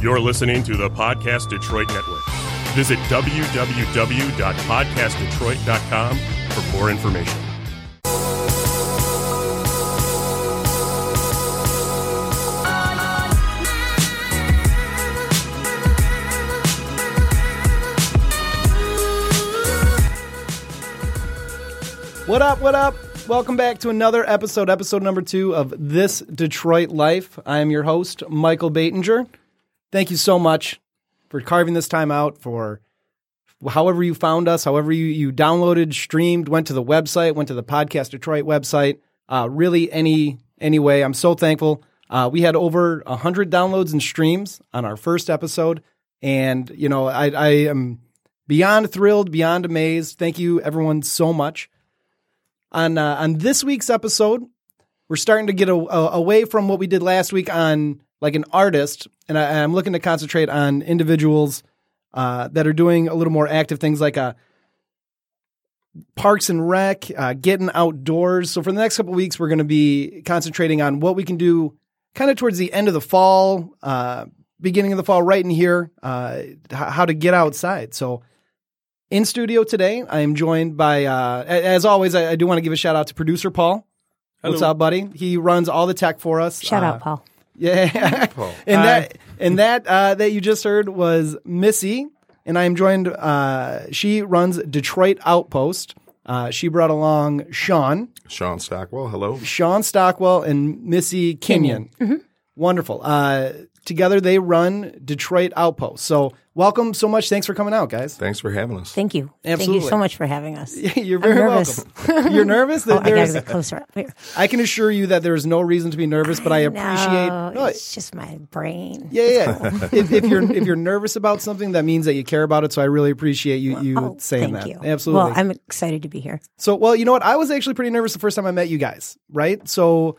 You're listening to the Podcast Detroit Network. Visit www.podcastdetroit.com for more information. What up? What up? Welcome back to another episode, episode number two of This Detroit Life. I am your host, Michael Battinger. Thank you so much for carving this time out for however you found us, however you, you downloaded, streamed, went to the website, went to the Podcast Detroit website. Uh, really, any any way, I'm so thankful. Uh, we had over 100 downloads and streams on our first episode. And, you know, I, I am beyond thrilled, beyond amazed. Thank you, everyone, so much on uh, on this week's episode, we're starting to get a, a- away from what we did last week on like an artist, and I, I'm looking to concentrate on individuals uh, that are doing a little more active things like uh, parks and rec, uh, getting outdoors. So for the next couple weeks, we're going to be concentrating on what we can do kind of towards the end of the fall, uh, beginning of the fall, right in here, uh, h- how to get outside. So in studio today, I am joined by, uh, a- as always, I, I do want to give a shout out to producer Paul. What's up, buddy? He runs all the tech for us. Shout Uh, out, Paul. Yeah. and that and that uh, that you just heard was Missy, and I am joined. Uh, she runs Detroit Outpost. Uh, she brought along Sean, Sean Stockwell, hello. Sean Stockwell, and Missy Kenyon. Mm-hmm. Wonderful. Uh, together they run Detroit Outpost. So welcome so much. Thanks for coming out, guys. Thanks for having us. Thank you. Thank Absolutely. you so much for having us. You're very nervous. welcome. You're nervous. Oh, I gotta There's- get closer up here. I can assure you that there is no reason to be nervous, but I appreciate. No, No, it's just my brain. Yeah, yeah. if, if you're if you're nervous about something, that means that you care about it. So I really appreciate you you Oh, saying thank that. you. Absolutely. Well, I'm excited to be here. so well, you know what? I was actually pretty nervous the first time I met you guys. Right? So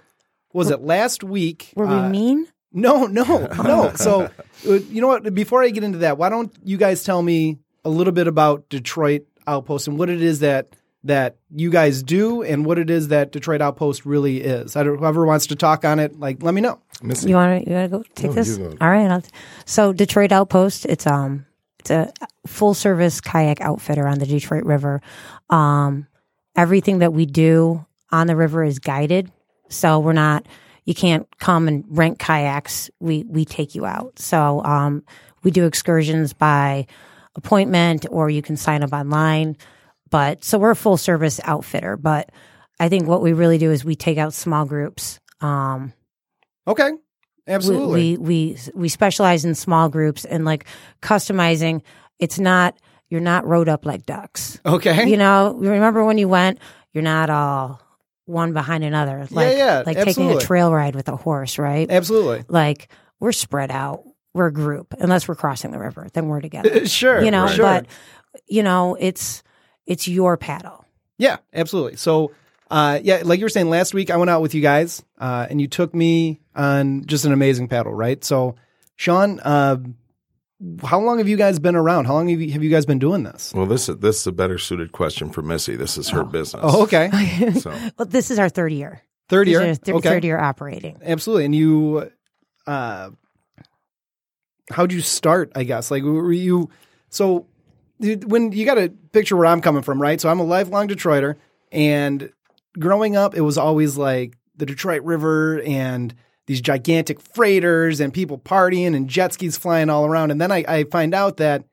was it last week? Uh, Were we mean? No, no, no. so uh, you know what? Before I get into that, why don't you guys tell me a little bit about Detroit Outpost and what it is that that you guys do and what it is that Detroit Outpost really is. I don't, whoever wants to talk on it, like let me know. Missy. You want to you want to go take No, this? you go. All right. I'll, so Detroit Outpost, it's um it's a full service kayak outfitter on the Detroit River. Um, everything that we do on the river is guided, so we're not. You can't come and rent kayaks. We we take you out. So um, we do excursions by appointment, or you can sign up online. But so we're a full service outfitter. But I think what we really do is we take out small groups. Um, Okay. we- Absolutely. We, we we specialize in small groups and like customizing. It's not you're not rode up like ducks. okay. You know, you remember when you went? You're not all one behind another. Like, yeah, like taking absolutely. a trail ride with a horse, right? Absolutely. Like we're spread out. We're a group, unless we're crossing the river, then we're together. Uh, Sure. you know, sure. but you know, it's it's your paddle. yeah, absolutely. So, uh, yeah, like you were saying last week, I went out with you guys, uh, and you took me on just an amazing paddle, right? So, Sean, uh, how long have you guys been around? How long have you, have you guys been doing this? Well, this is this is a better suited question for Missy. This is her business. Oh, okay, So Well, this is our third year. third These year. are thir- okay, Third year operating. absolutely. And you, uh, how'd you start? I guess like were you so you- when you got to picture where I'm coming from, right? So I'm a lifelong Detroiter, and growing up, it was always like the Detroit River and these gigantic freighters and people partying and jet skis flying all around. And then I, I find out that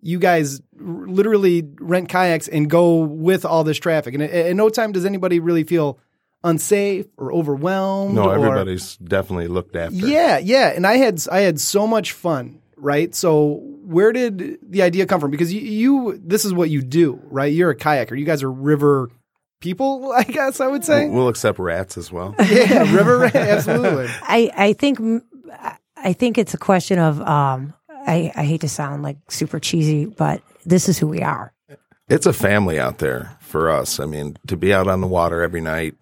you guys r- literally rent kayaks and go with all this traffic. And at, at no time does anybody really feel unsafe or overwhelmed. no, or, everybody's definitely looked after. yeah, yeah, and I had I had so much fun, right? So where did the idea come from? Because you, you this is what you do, right? You're a kayaker. You guys are river people, I guess I would say. We'll accept rats as well. yeah, river ra- absolutely. I, I think mm, I- I think it's a question of um, I, I hate to sound like super cheesy, but this is who we are. it's a family out there for us. I mean, to be out on the water every night,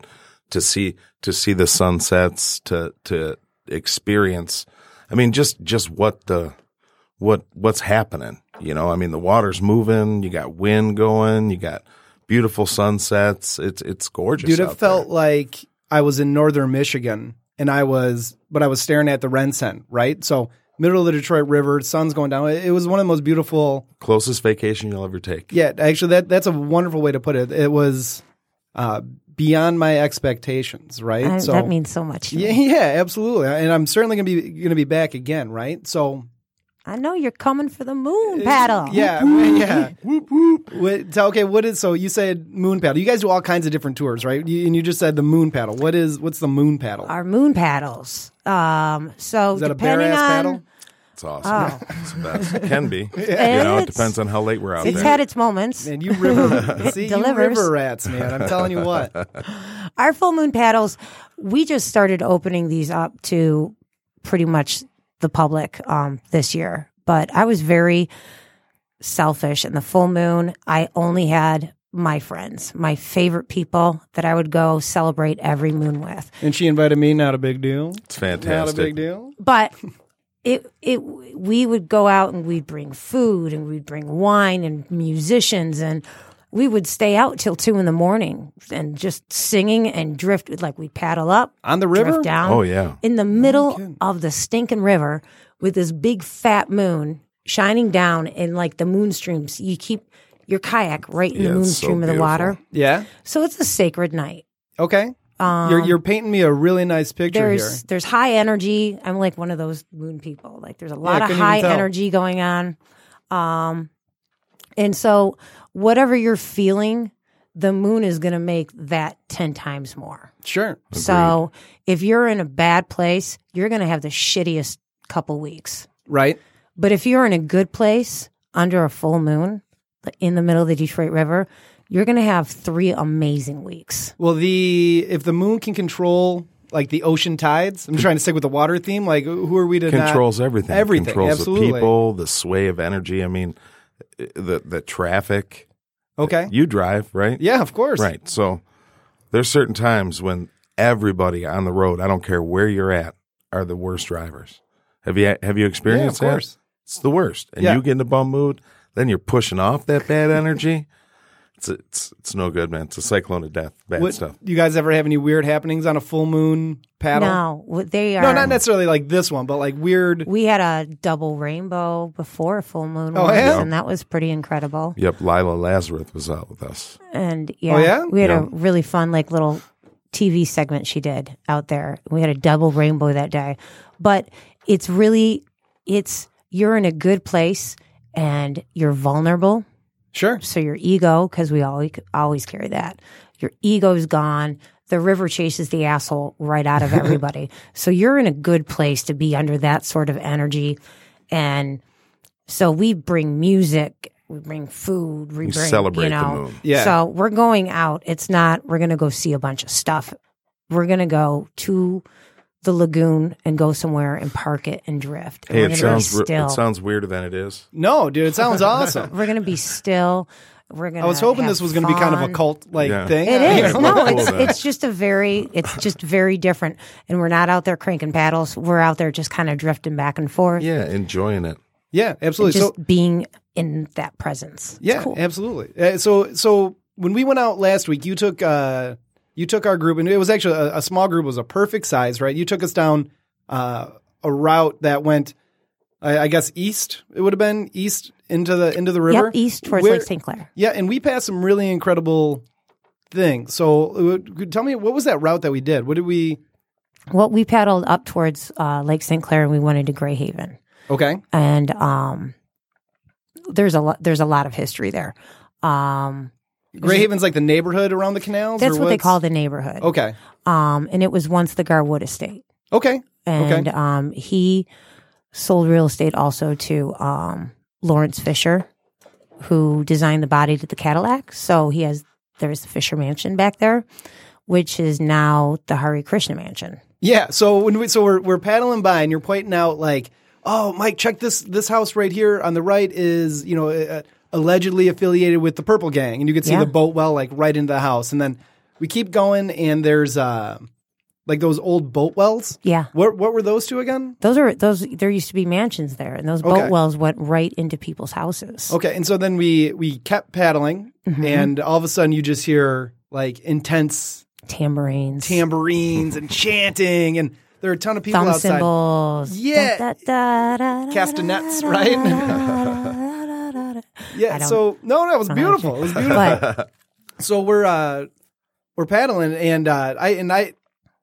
to see to see the sunsets, to to experience. I mean, just just what the what what's happening. You know, I mean, the water's moving. You got wind going. You got beautiful sunsets. It's it's gorgeous. Dude, out it felt like I was in northern Michigan and I was but I was staring at the Rensen, right? So middle of the Detroit River, sun's going down. It, it was one of the most beautiful. Closest vacation you'll ever take. Yeah, actually, that that's a wonderful way to put it. It was uh, beyond my expectations, right? I- that means so much. to me. yeah, yeah, absolutely. And I'm certainly gonna be gonna be back again, right? So I know you're coming for the moon paddle. Uh, yeah, well, yeah. whoop whoop. Wait, so, okay, what is so? You said moon paddle. You guys do all kinds of different tours, right? You, and you just said the moon paddle. What is what's the moon paddle? Our moon paddles. Um, so is that a bare depending ass on paddle? It's awesome. Oh. It's the best. It can be. And You know, it's- it depends on how late we're out It's there. had its moments. And you river, see, you delivers. river rats, man. I'm telling you what. Our full moon paddles, we just started opening these up to pretty much the public um, this year. But I was very selfish in the full moon. I only had my friends, my favorite people that I would go celebrate every moon with. And she invited me. Not a big deal. it's Not a fantastic. big deal. but it it we would go out and we'd bring food and we'd bring wine and musicians and we would stay out till two in the morning and just singing and drift like we'd paddle up On the river? drift down Oh, yeah. in the middle of the stinking river with this big fat moon shining down and like the moon streams you keep your kayak right in Yeah, the moon it's so stream of the beautiful. water Yeah. so it's a sacred night Okay. you're, you're painting me a really nice picture here. Um, there's there's high energy. I'm like one of those moon people. Like there's a lot of couldn't even high tell. energy going on. Um and so whatever you're feeling, the moon is going to make that 10 times more. Sure. So if you're in a bad place, you're going to have the shittiest couple weeks. Right. But if you're in a good place under a full moon in the middle of the Detroit River, you're going to have 3 amazing weeks. Well, the if the moon can control like the ocean tides, I'm trying to stick with the water theme. Like, who are we to not- Controls everything. Everything, Controls absolutely. the people, the sway of energy. I mean, the the traffic. Okay. You drive, right? Yeah, of course. Right. So there's certain times when everybody on the road, I don't care where you're at, are the worst drivers. Have you have you Yeah, of experienced that? course. It's the worst. And Yeah. you get in a bum mood, then you're pushing off that bad energy. it's it's it's no good, man. It's a cyclone of death. Bad What, stuff. You guys ever have any weird happenings on a full moon paddle? Now, what they are No, not necessarily like this one, but like weird. We had a double rainbow before a full moon Oh, once, yeah? and that was pretty incredible. Yep, Lila Lazarus was out with us. And yeah, yeah? we had Yeah. a really fun like little TV segment she did out there. We had a double rainbow that day. But it's really it's you're in a good place and you're vulnerable. Sure. So your ego, because we always always carry that. Your ego's gone. The river chases the asshole right out of everybody. so you're in a good place to be under that sort of energy, and so we bring music, we bring food, we, bring, celebrate you the know. moon. Yeah. So we're going out. It's not we're gonna go see a bunch of stuff. We're gonna go to the lagoon and go somewhere and park it and drift. And Hey, we're it gonna be sounds re- it still. sounds weirder than it is. No, dude, it sounds awesome. we're gonna be still. We're gonna. I was hoping this was going to be kind of a cult. cult like Yeah. thing. It You is. know? No, Cool, it's then. it's just a very it's just very different. And we're not out there cranking paddles. We're out there just kind of drifting back and forth. Yeah, enjoying it. Yeah, Just absolutely. so being in that presence. It's Yeah, cool. absolutely. Uh, so so when we went out last week, you took uh you took our group, and it was actually a, a small group. It was a perfect size, right? You took us down uh, a route that went, I, I guess, east. It would have been east into the into the river. Yep, east towards Where- Lake St. Clair. Yeah, and we passed some really incredible things. So it would- tell me, what was that route that we did? What did we? Well, we paddled up towards uh, Lake St. Clair and we went into Gray Haven. Okay, And um, there's a lot there's a lot of history there. Um, Gray Haven's like the neighborhood around the canals. that's or what they what's- call the neighborhood. Okay, Um, and it was once the Garwood estate. okay, and um, he sold real estate also to um, Lawrence Fisher, who designed the body to the Cadillac. So he has there's the Fisher Mansion back there, which is now the Hari Krishna Mansion. Yeah. So when we so we're we're paddling by and you're pointing out like, oh, Mike, check this this house right here on the right is you know uh, allegedly affiliated with the Purple Gang, and you can see Yeah. the boat well like right into the house, and then we keep going and there's uh like those old boat wells. Yeah. What what were those two again? Those are those. There used to be mansions there, and those Okay. Oh. boat wells went right into people's houses. Okay, and so then we we kept paddling, Mm-hmm. and all of a sudden you just hear like intense Tambourines. tambourines and chanting and There are a ton of people Thumb outside. cymbals. Yeah. Da, da, da, da, Castanets, da, da, right? da, da, da, da, da. Yeah. I don't- So no, no, it was beautiful. It was beautiful. But so we're uh we're paddling and uh I and I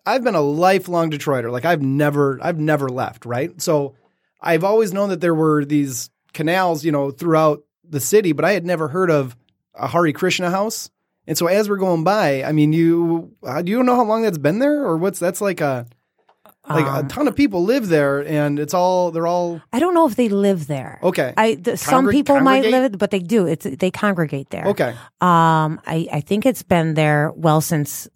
I've been a lifelong Detroiter. Like I've never I've never left, right? So I've always known that there were these canals, you know, throughout the city, but I had never heard of a Hari Krishna house. And so as we're going by, I mean, you uh, do you know how long that's been there or what's that's like a like Uh. uh, a ton of people live there and it's all they're all um, I don't know if they live there. okay. I th- some Congreg- people might congregate? live, but they do. It's they congregate there. okay. Um, I I think it's been there well since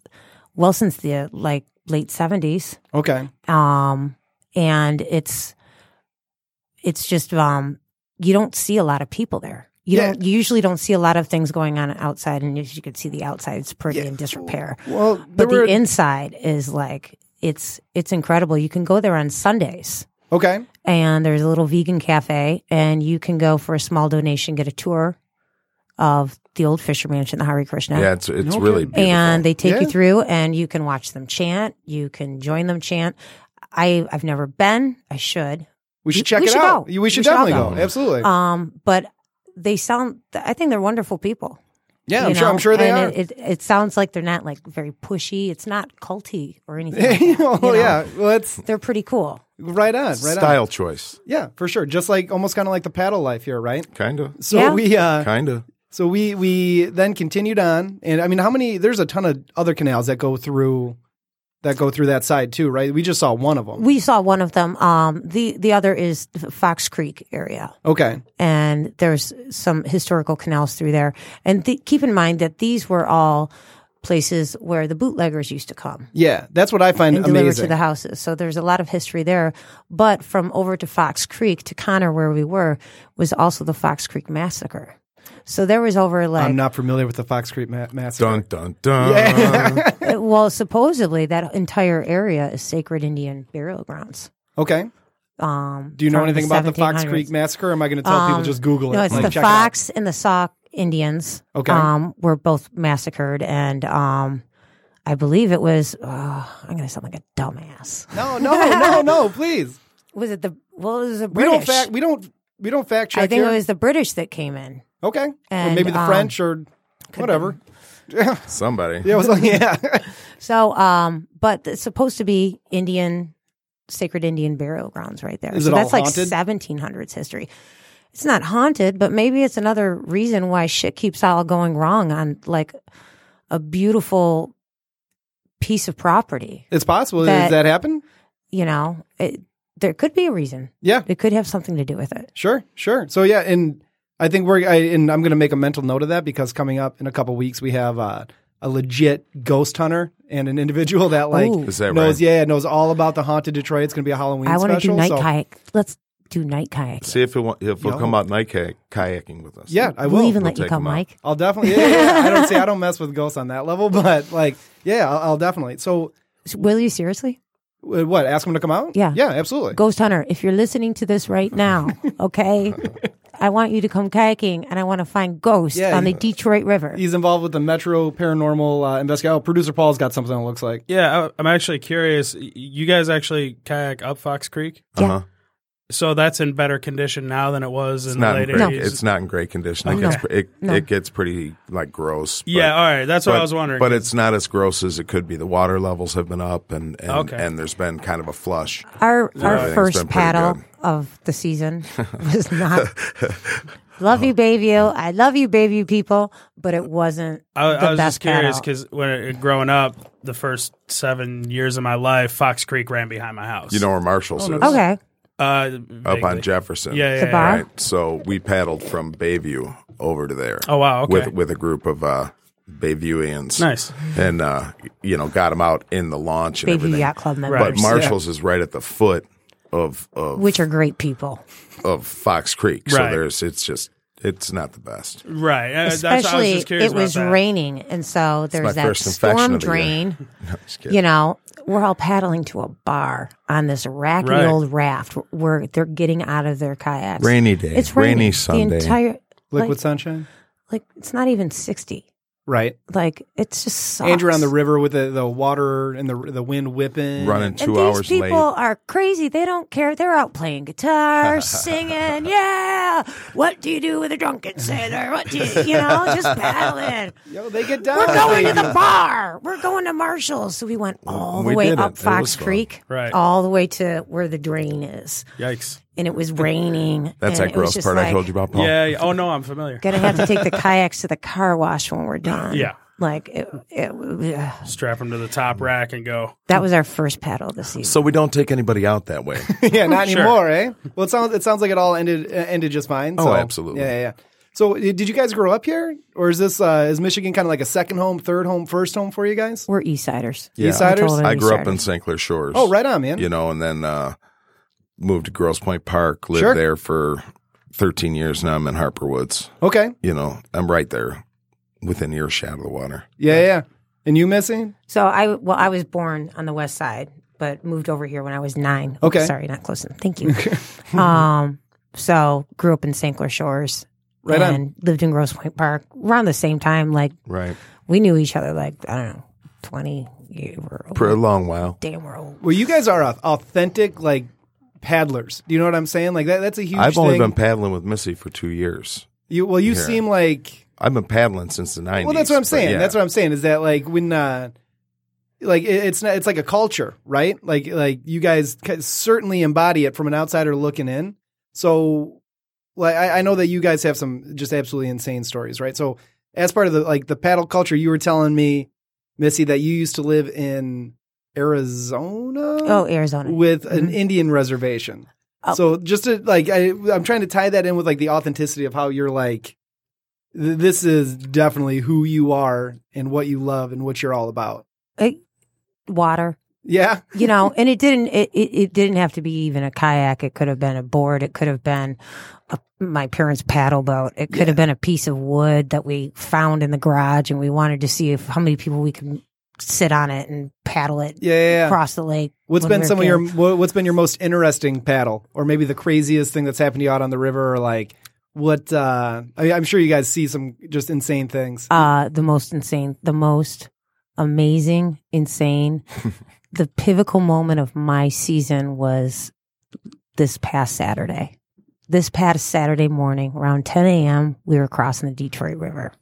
well since the like late seventies. Okay. Um, and it's it's just um you don't see a lot of people there. You Yeah. don't you usually don't see a lot of things going on outside, and as you can see, the outside is pretty in disrepair. Well, there But were the inside is like it's it's incredible. You can go there on Sundays okay. and there's a little vegan cafe, and you can go for a small donation, get a tour of the old Fisher Mansion, the Hare Krishna. Yeah, it's it's No really kidding. beautiful. And they take Yeah. you through, and you can watch them chant. You can join them chant. I I've never been. I should. We should We- check we it should out. go. You- We We should should all definitely go. go. Absolutely. Um, but they sound. I think they're wonderful people. Yeah, you I'm sure. I'm know? sure they and are. It, it, it sounds like they're not like very pushy. It's not culty or anything. Yeah, like that, you well, know? yeah. Well, that's They're pretty cool. right on. Right on. Style choice, Yeah, for sure. Just like almost kind of like the paddle life here, right? kind of, So Yeah. we, uh, kind of. so we, we then continued on, and I mean, how many? There's a ton of other canals that go through, that go through that side too, right? We just saw one of them. We saw one of them. Um, the the other is Fox Creek area. Okay. and there's some historical canals through there. And th- keep in mind that these were all places where the bootleggers used to come Yeah, that's what I find and deliver to amazing. the houses. So there's a lot of history there. But from over to Fox Creek to Connor, where we were, was also the Fox Creek massacre. So there was over like I'm not familiar with the Fox Creek ma- massacre. Dun dun dun. uh, well, supposedly that entire area is sacred Indian burial grounds. Okay. Um, Do you know from anything about the Fox 1700s. Creek massacre? or am I going to tell people Um, just Google it? No, it's Like, the check it out? Fox and the Sauk Indians. Okay. um, were both massacred, and um, I believe it was. Oh, I'm going to sound like a dumbass. No, no, no, no. Please, Was it the? Well, it was the we British. don't fact. We don't. We don't fact check I think here. it was the British that came in. Okay. or And, maybe the um, French or whatever. Somebody. Yeah, I was like, yeah. So, um, but it's supposed to be Indian, sacred Indian burial grounds right there. Is so it all that's haunted? like 1700s history. It's not haunted, but maybe it's another reason why shit keeps all going wrong on like a beautiful piece of property. it's possible. Does That- that happen? You know, it, there could be a reason. Yeah, It could have something to do with it. sure, sure. So yeah, and I think we're I, and I'm going to make a mental note of that because coming up in a couple weeks we have uh, a legit ghost hunter and an individual that like Ooh. Is that knows right? yeah knows all about the haunted Detroit. It's going to be a Halloween. I want to do special, night so- kayak. Let's do night kayak. See if he'll want- if he'll No. come out night kayak, kayaking with us. Yeah, I will. We'll even let you take come, them out. Mike. I'll definitely. Yeah, yeah, yeah. I don't see. I don't mess with ghosts on that level, but like, yeah, I'll, I'll definitely. So Will you seriously? uh, what? Ask them to come out. Yeah. yeah, absolutely. Ghost Hunter, if you're listening to this right now, okay, I want you to come kayaking and I want to find ghosts Yeah, on the he- Detroit River. He's involved with the Metro Paranormal uh, Investigation. Oh, producer Paul's got something. It looks like. Yeah, I, I'm actually curious. Y- You guys actually kayak up Fox Creek, Yeah. Uh-huh. so that's in better condition now than it was in It's not the in late great, 80s. it's not in great condition. It Oh, gets no. pre- it, No. it gets pretty like gross. but- yeah, all right. That's what but- I was wondering. But it's not as gross as it could be. The water levels have been up, and and, Okay. and there's been kind of a flush. Our Yeah, our it's been first pretty paddle good. Uh-huh. of the season was not. love you, baby. you. I love you, baby you people. But it wasn't I, the I was best just curious paddle. because when it, growing up, the first seven years of my life, Fox Creek ran behind my house. You know where Marshall's Oh, is Okay, uh, up vaguely. on Jefferson. Yeah, yeah, the yeah. bar. Right. So we paddled from Bayview over to there. Oh, wow, okay. With with a group of uh, Bayviewians. Nice. And uh, you know, got them out in the launch and baby everything. yacht club members, But Marshalls is right at the foot of of, which are great people, of Fox Creek. So Right. there's it's just it's not the best. Right. Uh, that's- I was just especially curious it about was that. raining, and so my there's that first infection storm of the year. drain. Just kidding. you know, we're all paddling to a bar on this racky Right. old raft where they're getting out of their kayaks. Rainy day. It's Rainy raining. Sunday. The entire Liquid like, sunshine. like it's not even sixty. right? Like it's just sucks. And you're on the river with the, the water and the the wind whipping. running And two these hours people late. are crazy. They don't care. They're out playing guitar, singing. Yeah. What do you do with a drunken sailor? What do you, you know, just paddling. Yo, they get down. We're going to baby. the bar. We're going to Marshall's. So we went all the We way did up it. It Fox was fun. Creek, Right. all the way to where the drain is. Yikes. And it was raining. That's and that it was gross just part I like, told you about, Paul. Yeah. yeah. Oh no, I'm familiar. Gonna have to take the kayaks to the car wash when we're done. Yeah. Like it, it, ugh. Strap them to the top rack and go. that was our first paddle this season. So we don't take anybody out that way. yeah, not anymore, eh? Well, it sounds it sounds like it all ended uh, ended just fine. Oh, so- absolutely. Yeah, yeah. yeah. So, i- did you guys grow up here, or is this uh, is Michigan kind of like a second home, third home, first home for you guys? we're East Siders. Yeah. Eastsiders? I grew up in St. Clair Shores. Oh, right on, man. You know, and then uh, moved to Gross Point Park, lived Sure. there for 13 years. Now I'm in Harper Woods. Okay. You know, I'm right there within earshot of the water. Yeah, yeah. And you missing? So I well, I was born on the west side, but moved over here when I was nine. Okay. sorry, not close enough. Thank you. um, so grew up in St. Clair Shores, Right on. and lived in Grosse Pointe Park around the same time. Like Right. we knew each other, like I don't know, twenty years. We're old. For a long while. Damn, we're old. Well, you guys are au- authentic, like paddlers. Do you know what I'm saying? Like that, that's a huge. I've thing. only been paddling with Missy for two years. You, well, you seem like. I've been paddling since the 90s. Well, that's what I'm but saying. yeah. That's what I'm saying is that like when. Uh, like it- it's not, it's like a culture, right? Like like you guys ca- certainly embody it from an outsider looking in. So, like I, I know that you guys have some just absolutely insane stories, right? So, as part of the like the paddle culture, you were telling me, Missy, that you used to live in Arizona. Oh, Arizona. with an Indian reservation. Mm-hmm. Oh. So just to, like I, I'm trying to tie that in with like the authenticity of how you're like, th- this is definitely who you are and what you love and what you're all about. Water, Yeah, you know, and it didn't. It, it, it didn't have to be even a kayak. It could have been a board. It could have been a, my parents' paddle boat. It could have been a piece of wood that we found in the garage, and we wanted to see if how many people we could sit on it and paddle it yeah. yeah, yeah. across the lake. What's when been we were some of your kids. wha- what's been your most interesting paddle, or maybe the craziest thing that's happened to you out on the river, or like what? uh I mean, I'm sure you guys see some just insane things. uh the most insane, the most amazing, insane. the pivotal moment of my season was this past Saturday. This past Saturday morning, around 10 a.m., we were crossing the Detroit River,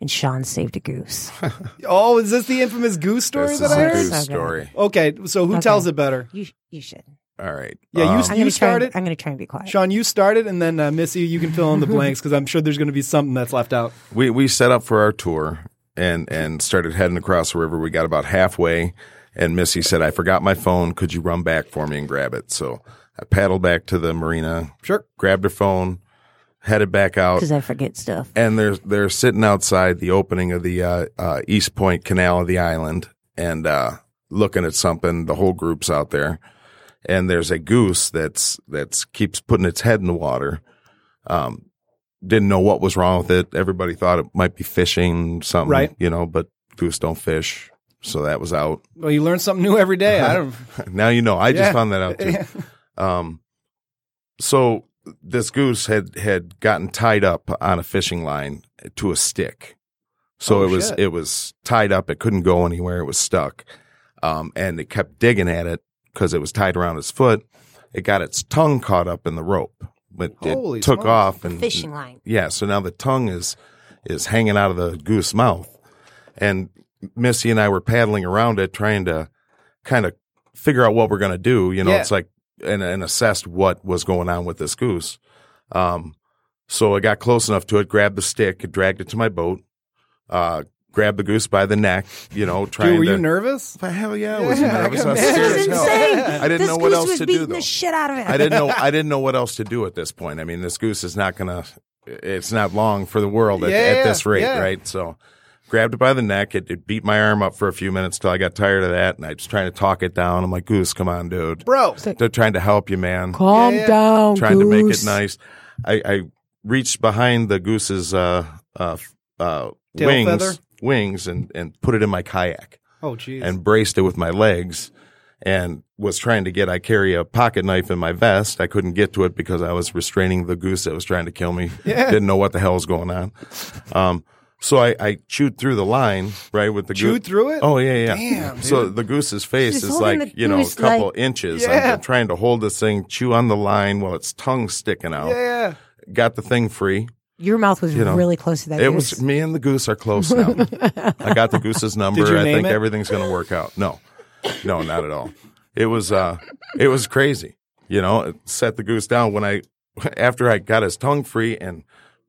and Sean saved a goose. oh, is this the infamous goose story This that is I a heard? goose So good. story. Okay, so who Okay. tells it better? You you should. All right. Um, Yeah, you- I'm gonna try. started? And, I'm going to try and be quiet. Sean, you started, and then uh, Missy, you can fill in the blanks because I'm sure there's going to be something that's left out. we we set up for our tour and and started heading across the river. We got about halfway, and Missy said, "I forgot my phone. Could you run back for me and grab it?" So I paddled back to the marina, Sure. grabbed her phone, headed back out, Because I forget stuff. and they're they're sitting outside the opening of the uh, uh, East Point Canal of the island and uh, looking at something. The whole group's out there, and there's a goose that's that's keeps putting its head in the water. Um, didn't know what was wrong with it. Everybody thought it might be fishing something, Right. You know, but goose don't fish, so that was out. Well, you learn something new every day. I don't. now you know. I Yeah. just found that out too. Um, so this goose had had gotten tied up on a fishing line to a stick. So Oh, it was shit. it was tied up. It couldn't go anywhere. It was stuck, um, and it kept digging at it because it was tied around its foot. It got its tongue caught up in the rope, but Holy it took smokes. off and Fishing line. yeah, so now the tongue is is hanging out of the goose mouth, and Missy and I were paddling around it, trying to kind of figure out what we're gonna do. You know, Yeah. it's like and and assessed what was going on with this goose. Um, so I got close enough to it, grabbed the stick, dragged it to my boat, uh, grabbed the goose by the neck. You know, trying Dude, were to. you nervous? Hell yeah, I was Yeah, I nervous. can I was imagine. scared This is as hell. insane. I didn't this know what goose else was to beating do though. the shit out of it. I didn't know. I didn't know what else to do at this point. I mean, this goose is not gonna. It's not long for the world at, Yeah, at yeah, this rate, yeah. right? So, grabbed it by the neck. It, it beat my arm up for a few minutes till I got tired of that, and I was trying to talk it down. I'm like, "Goose, come on, dude. Bro, They're trying to help you, man. Calm Yeah, yeah. down. trying to make it goose. nice." I, I reached behind the goose's uh, uh, uh, Tail wings, feather? wings, and and put it in my kayak oh jeez. and braced it with my legs and was trying to get I carry a pocket knife in my vest. I couldn't get to it because I was restraining the goose that was trying to kill me. Yeah. Didn't know what the hell was going on. Um, So I, I chewed through the line, right, with the Chewed through it? Oh yeah, yeah. Damn, so the goose's face She's is holding like the you know a goose couple like- inches. Yeah. I'm trying to hold this thing, chew on the line while its tongue's sticking out. Yeah. Got the thing free. Your mouth was You know, really close to that. It goose. was me and the goose are close now. I got the goose's number. Did you I name think it? everything's going to work out. No, no, not at all. It was uh, it was crazy. You know, it set the goose down when I after I got his tongue free and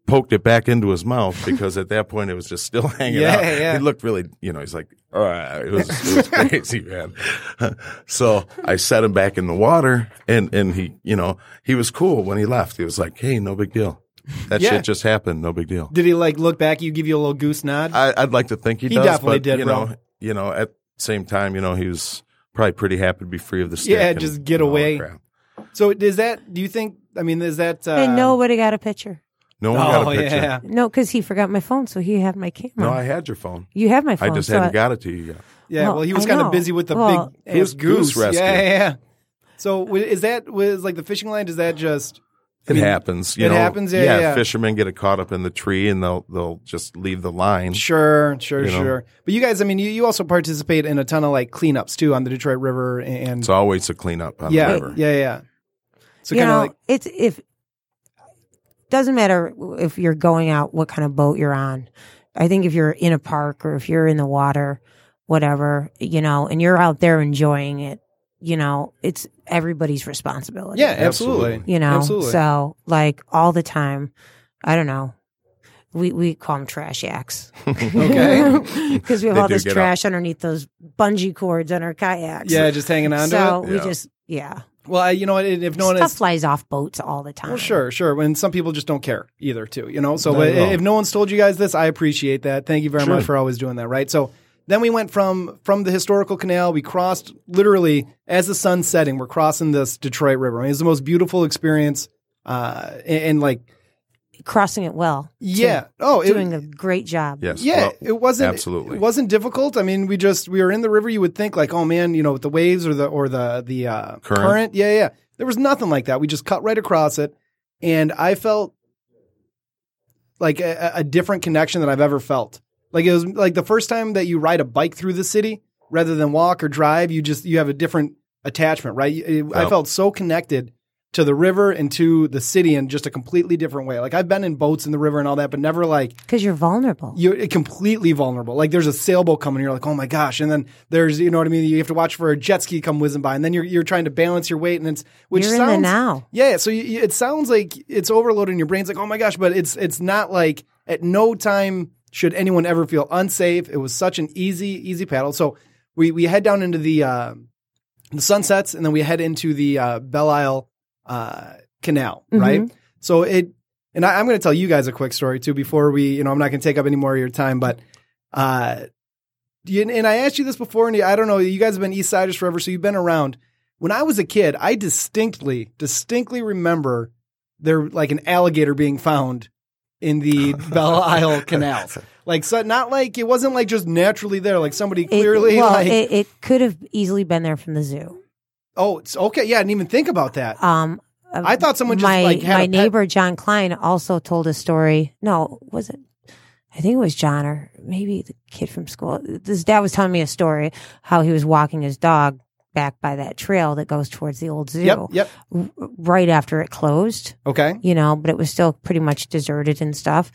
poked it back into his mouth because at that point it was just still hanging Yeah, out. yeah. He looked really, you know, he's like, all right, it was, it was crazy, man. so I set him back in the water and and he, you know, he was cool when he left. He was like, hey, no big deal. That Yeah. shit just happened. No big deal. Did he like look back? at You give you a little goose nod. I, I'd like to think he, He does, definitely but did, you bro. know, you know, at the same time, you know, he was probably pretty happy to be free of the stick. Yeah, just get and all that away. crap. so is that? Do you think? I mean, is that? Uh, and nobody got a picture. No one got Oh a picture. yeah. No, because he forgot my phone, so he had my camera. No, I had your phone. you have my phone. I just so hadn't got it to you yet. Yeah, well, Well, he was I kind of know. busy with the Well- big ass Goose- goose. goose rescue. Yeah, yeah, yeah. So wi- is that was like the fishing line? Does that just It happens. You it know, happens, yeah, yeah. Fishermen get caught up in the tree and they'll they'll just leave the line. sure, sure, You know. sure? But you guys, I mean, you, you also participate in a ton of like cleanups too on the Detroit River and It's always a cleanup on yeah, the river. yeah, yeah. So you kind know, of like it's if doesn't matter if you're going out, what kind of boat you're on. I think if you're in a park or if you're in the water, whatever you know, and you're out there enjoying it, you know, it's everybody's responsibility. yeah, absolutely. Absolutely. you know Absolutely. so like all the time i don't know we we call them trash yaks Okay. because we have They all do this get up. trash underneath those bungee cords on our kayaks Yeah, just hanging on to so it. we Yeah. just yeah Well, I, you know, what, if no one stuff has flies off boats all the time Well, sure, sure. When some people just don't care either, too, you know. So Not at i- all. if no one's told you guys this, I appreciate that. Thank you very Sure. much for always doing that. Right. So then we went from from the historical canal. We crossed literally as the sun's setting. We're crossing this Detroit River. I mean, it's the most beautiful experience. Uh, and, and like, crossing it well yeah. oh, it, doing a great job Yes. yeah, well, it wasn't absolutely. It wasn't difficult. I mean, we just we were in the river. You would think like, oh man, you know, with the waves or the or the the uh, current. Current. Yeah, yeah. There was nothing like that. We just cut right across it, and I felt like a, a different connection than I've ever felt. Like it was like the first time that you ride a bike through the city rather than walk or drive. You just you have a different attachment, right? You- it- I Yep. felt so connected to the river and to the city in just a completely different way. Like I've been in boats in the river and all that, but never like because you're vulnerable you're eh, completely vulnerable. Like there's a sailboat coming, you're like, oh my gosh, and then there's, you know what I mean. You have to watch for a jet ski come whizzing by, and then you're you're trying to balance your weight, and it's which You're in the sounds now. Yeah, so you, you- it sounds like it's overloaded, and your brain's like, oh my gosh, but it's it's not like at no time should anyone ever feel unsafe. It was such an easy easy paddle. So we we head down into the uh, the sunsets, and then we head into the uh, Belle Isle uh, canal, right? So it, and I, I'm going to tell you guys a quick story too before we, you know, I'm not going to take up any more of your time, but, uh, you- and I asked you this before, and I don't know, you guys have been East Siders forever, so you've been around. When I was a kid, I distinctly, distinctly remember there like an alligator being found in the Belle Isle canals. Like, so not like it wasn't like just naturally there. Like somebody It- clearly, well, like, it, it could have easily been there from the zoo oh, it's okay. Yeah, I didn't even think about that. um I thought someone just my like had my a pet- neighbor John Klein also told a story. No, was it? I think it was John or maybe the kid from school. His dad was telling me a story how he was walking his dog back by that trail that goes towards the old zoo. Yep, yep. r- Right after it closed, Okay. you know, but it was still pretty much deserted and stuff.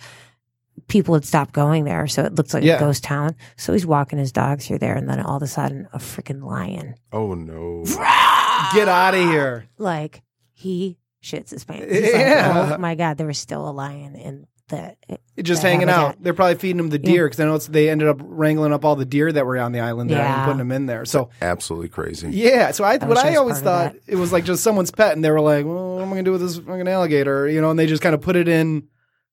People had stopped going there, so it looked like Yeah. a ghost town. So he's walking his dog through there, and then all of a sudden, a freaking lion, Oh no. Get out Ah, of here. like he shits his pants. He's like, Yeah. oh my god, there was still a lion in the It just that hanging out. habitat. They're probably feeding them the deer because I know it's, they ended up wrangling up all the deer that were on the island there and Yeah. putting them in there. So Absolutely crazy. yeah, so I, what wish I I was always part of thought it was like just someone's pet, and they were like, "Well, what am I gonna do with this fucking alligator?" You know, and they just kind of put it in,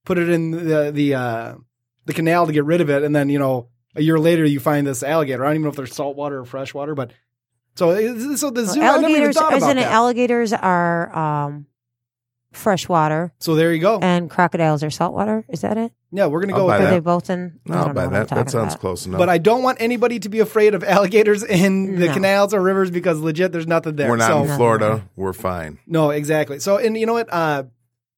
put it in the the uh, the canal to get rid of it, and then you know a year later you find this alligator. I don't even know if they're saltwater or freshwater, but so it- so the zoo. I never even alligators. thought As about in, that. alligators are um, freshwater, so there you go. and crocodiles are saltwater. Is that it? Yeah, we're gonna I'll go buy with Are that. that. they both in? I No, don't know by what I'm that that talking sounds about. close enough. But I don't want anybody to be afraid of alligators in the No. canals or rivers because legit, there's nothing there. We're not so, in Florida. We're fine. No, exactly. So, and you know what? Uh,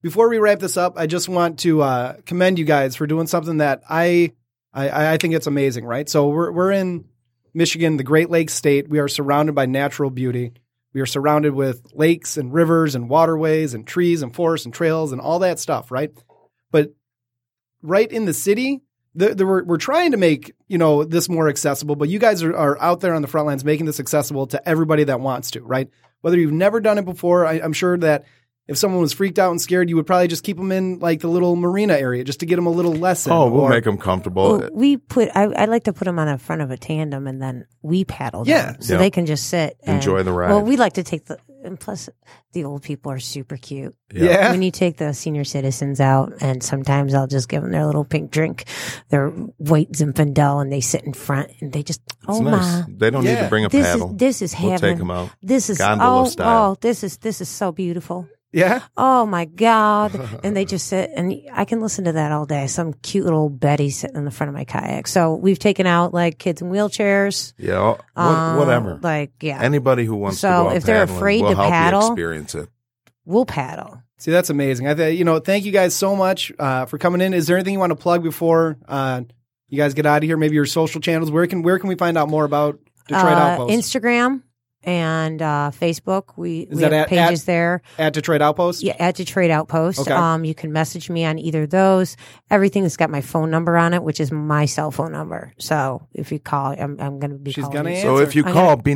before we wrap this up, I just want to uh, commend you guys for doing something that I, I I think it's amazing, right? So we're we're in Michigan, the Great Lakes state. We are surrounded by natural beauty. We are surrounded with lakes and rivers and waterways and trees and forests and trails and all that stuff, right? But right in the city, the, the, we're, we're trying to make you know this more accessible, but you guys are, are out there on the front lines making this accessible to everybody that wants to, right? Whether you've never done it before, I, I'm sure that if someone was freaked out and scared, you would probably just keep them in like the little marina area just to get them a little lesson. Oh, we'll or- make them comfortable. Well, we put. I, I like to put them on the front of a tandem, and then we paddle. them, Yeah. so Yeah. they can just sit, and, Enjoy the ride. Well, we like to take the. And plus, the old people are super cute. yeah. When you take the senior citizens out, and sometimes I'll just give them their little pink drink, their white Zinfandel, and they sit in front, and they just, It's oh nice. my, They don't need Yeah. to bring a this paddle. is this is we'll heaven. take them out. This is Gondola oh, style. oh, this is this is so beautiful. yeah. Oh my God. And they just sit and I can listen to that all day. Some cute little Betty sitting in the front of my kayak. So we've taken out like kids in wheelchairs. Yeah, what, um, whatever. Like, yeah, Anybody who wants to So go out if they're paddling, afraid we'll to help paddle- you experience it. we'll paddle. See, that's amazing. I th- you know, thank you guys so much uh, for coming in. Is there anything you want to plug before uh, you guys get out of here? Maybe your social channels. Where can where can we find out more about Detroit Uh, Outpost? Instagram and uh, Facebook. We, we that at- have at- pages there. at Detroit Outpost. Yeah, at Detroit Outpost. Okay. Um, you can message me on either of those. Everything's got my phone number on it, which is my cell phone number. So if you call, I'm, I'm going to be She's calling gonna you. answer. So if you I call, be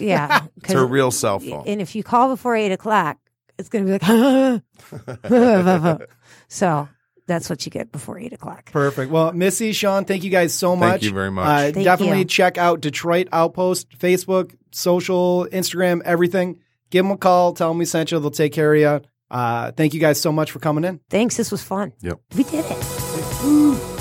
Yeah. It's her real cell phone. and if you call before eight o'clock, it's going to be like, so that's what you get before eight o'clock. Perfect. Well, Missy, Sean, thank you guys so much. you very much. Uh, Thank definitely you. check out Detroit Outpost, Facebook, social, Instagram, everything. Give them a call. Tell them we sent you. They'll take care of you. Uh, thank you guys so much for coming in. Thanks. This was fun. Yep. We did it.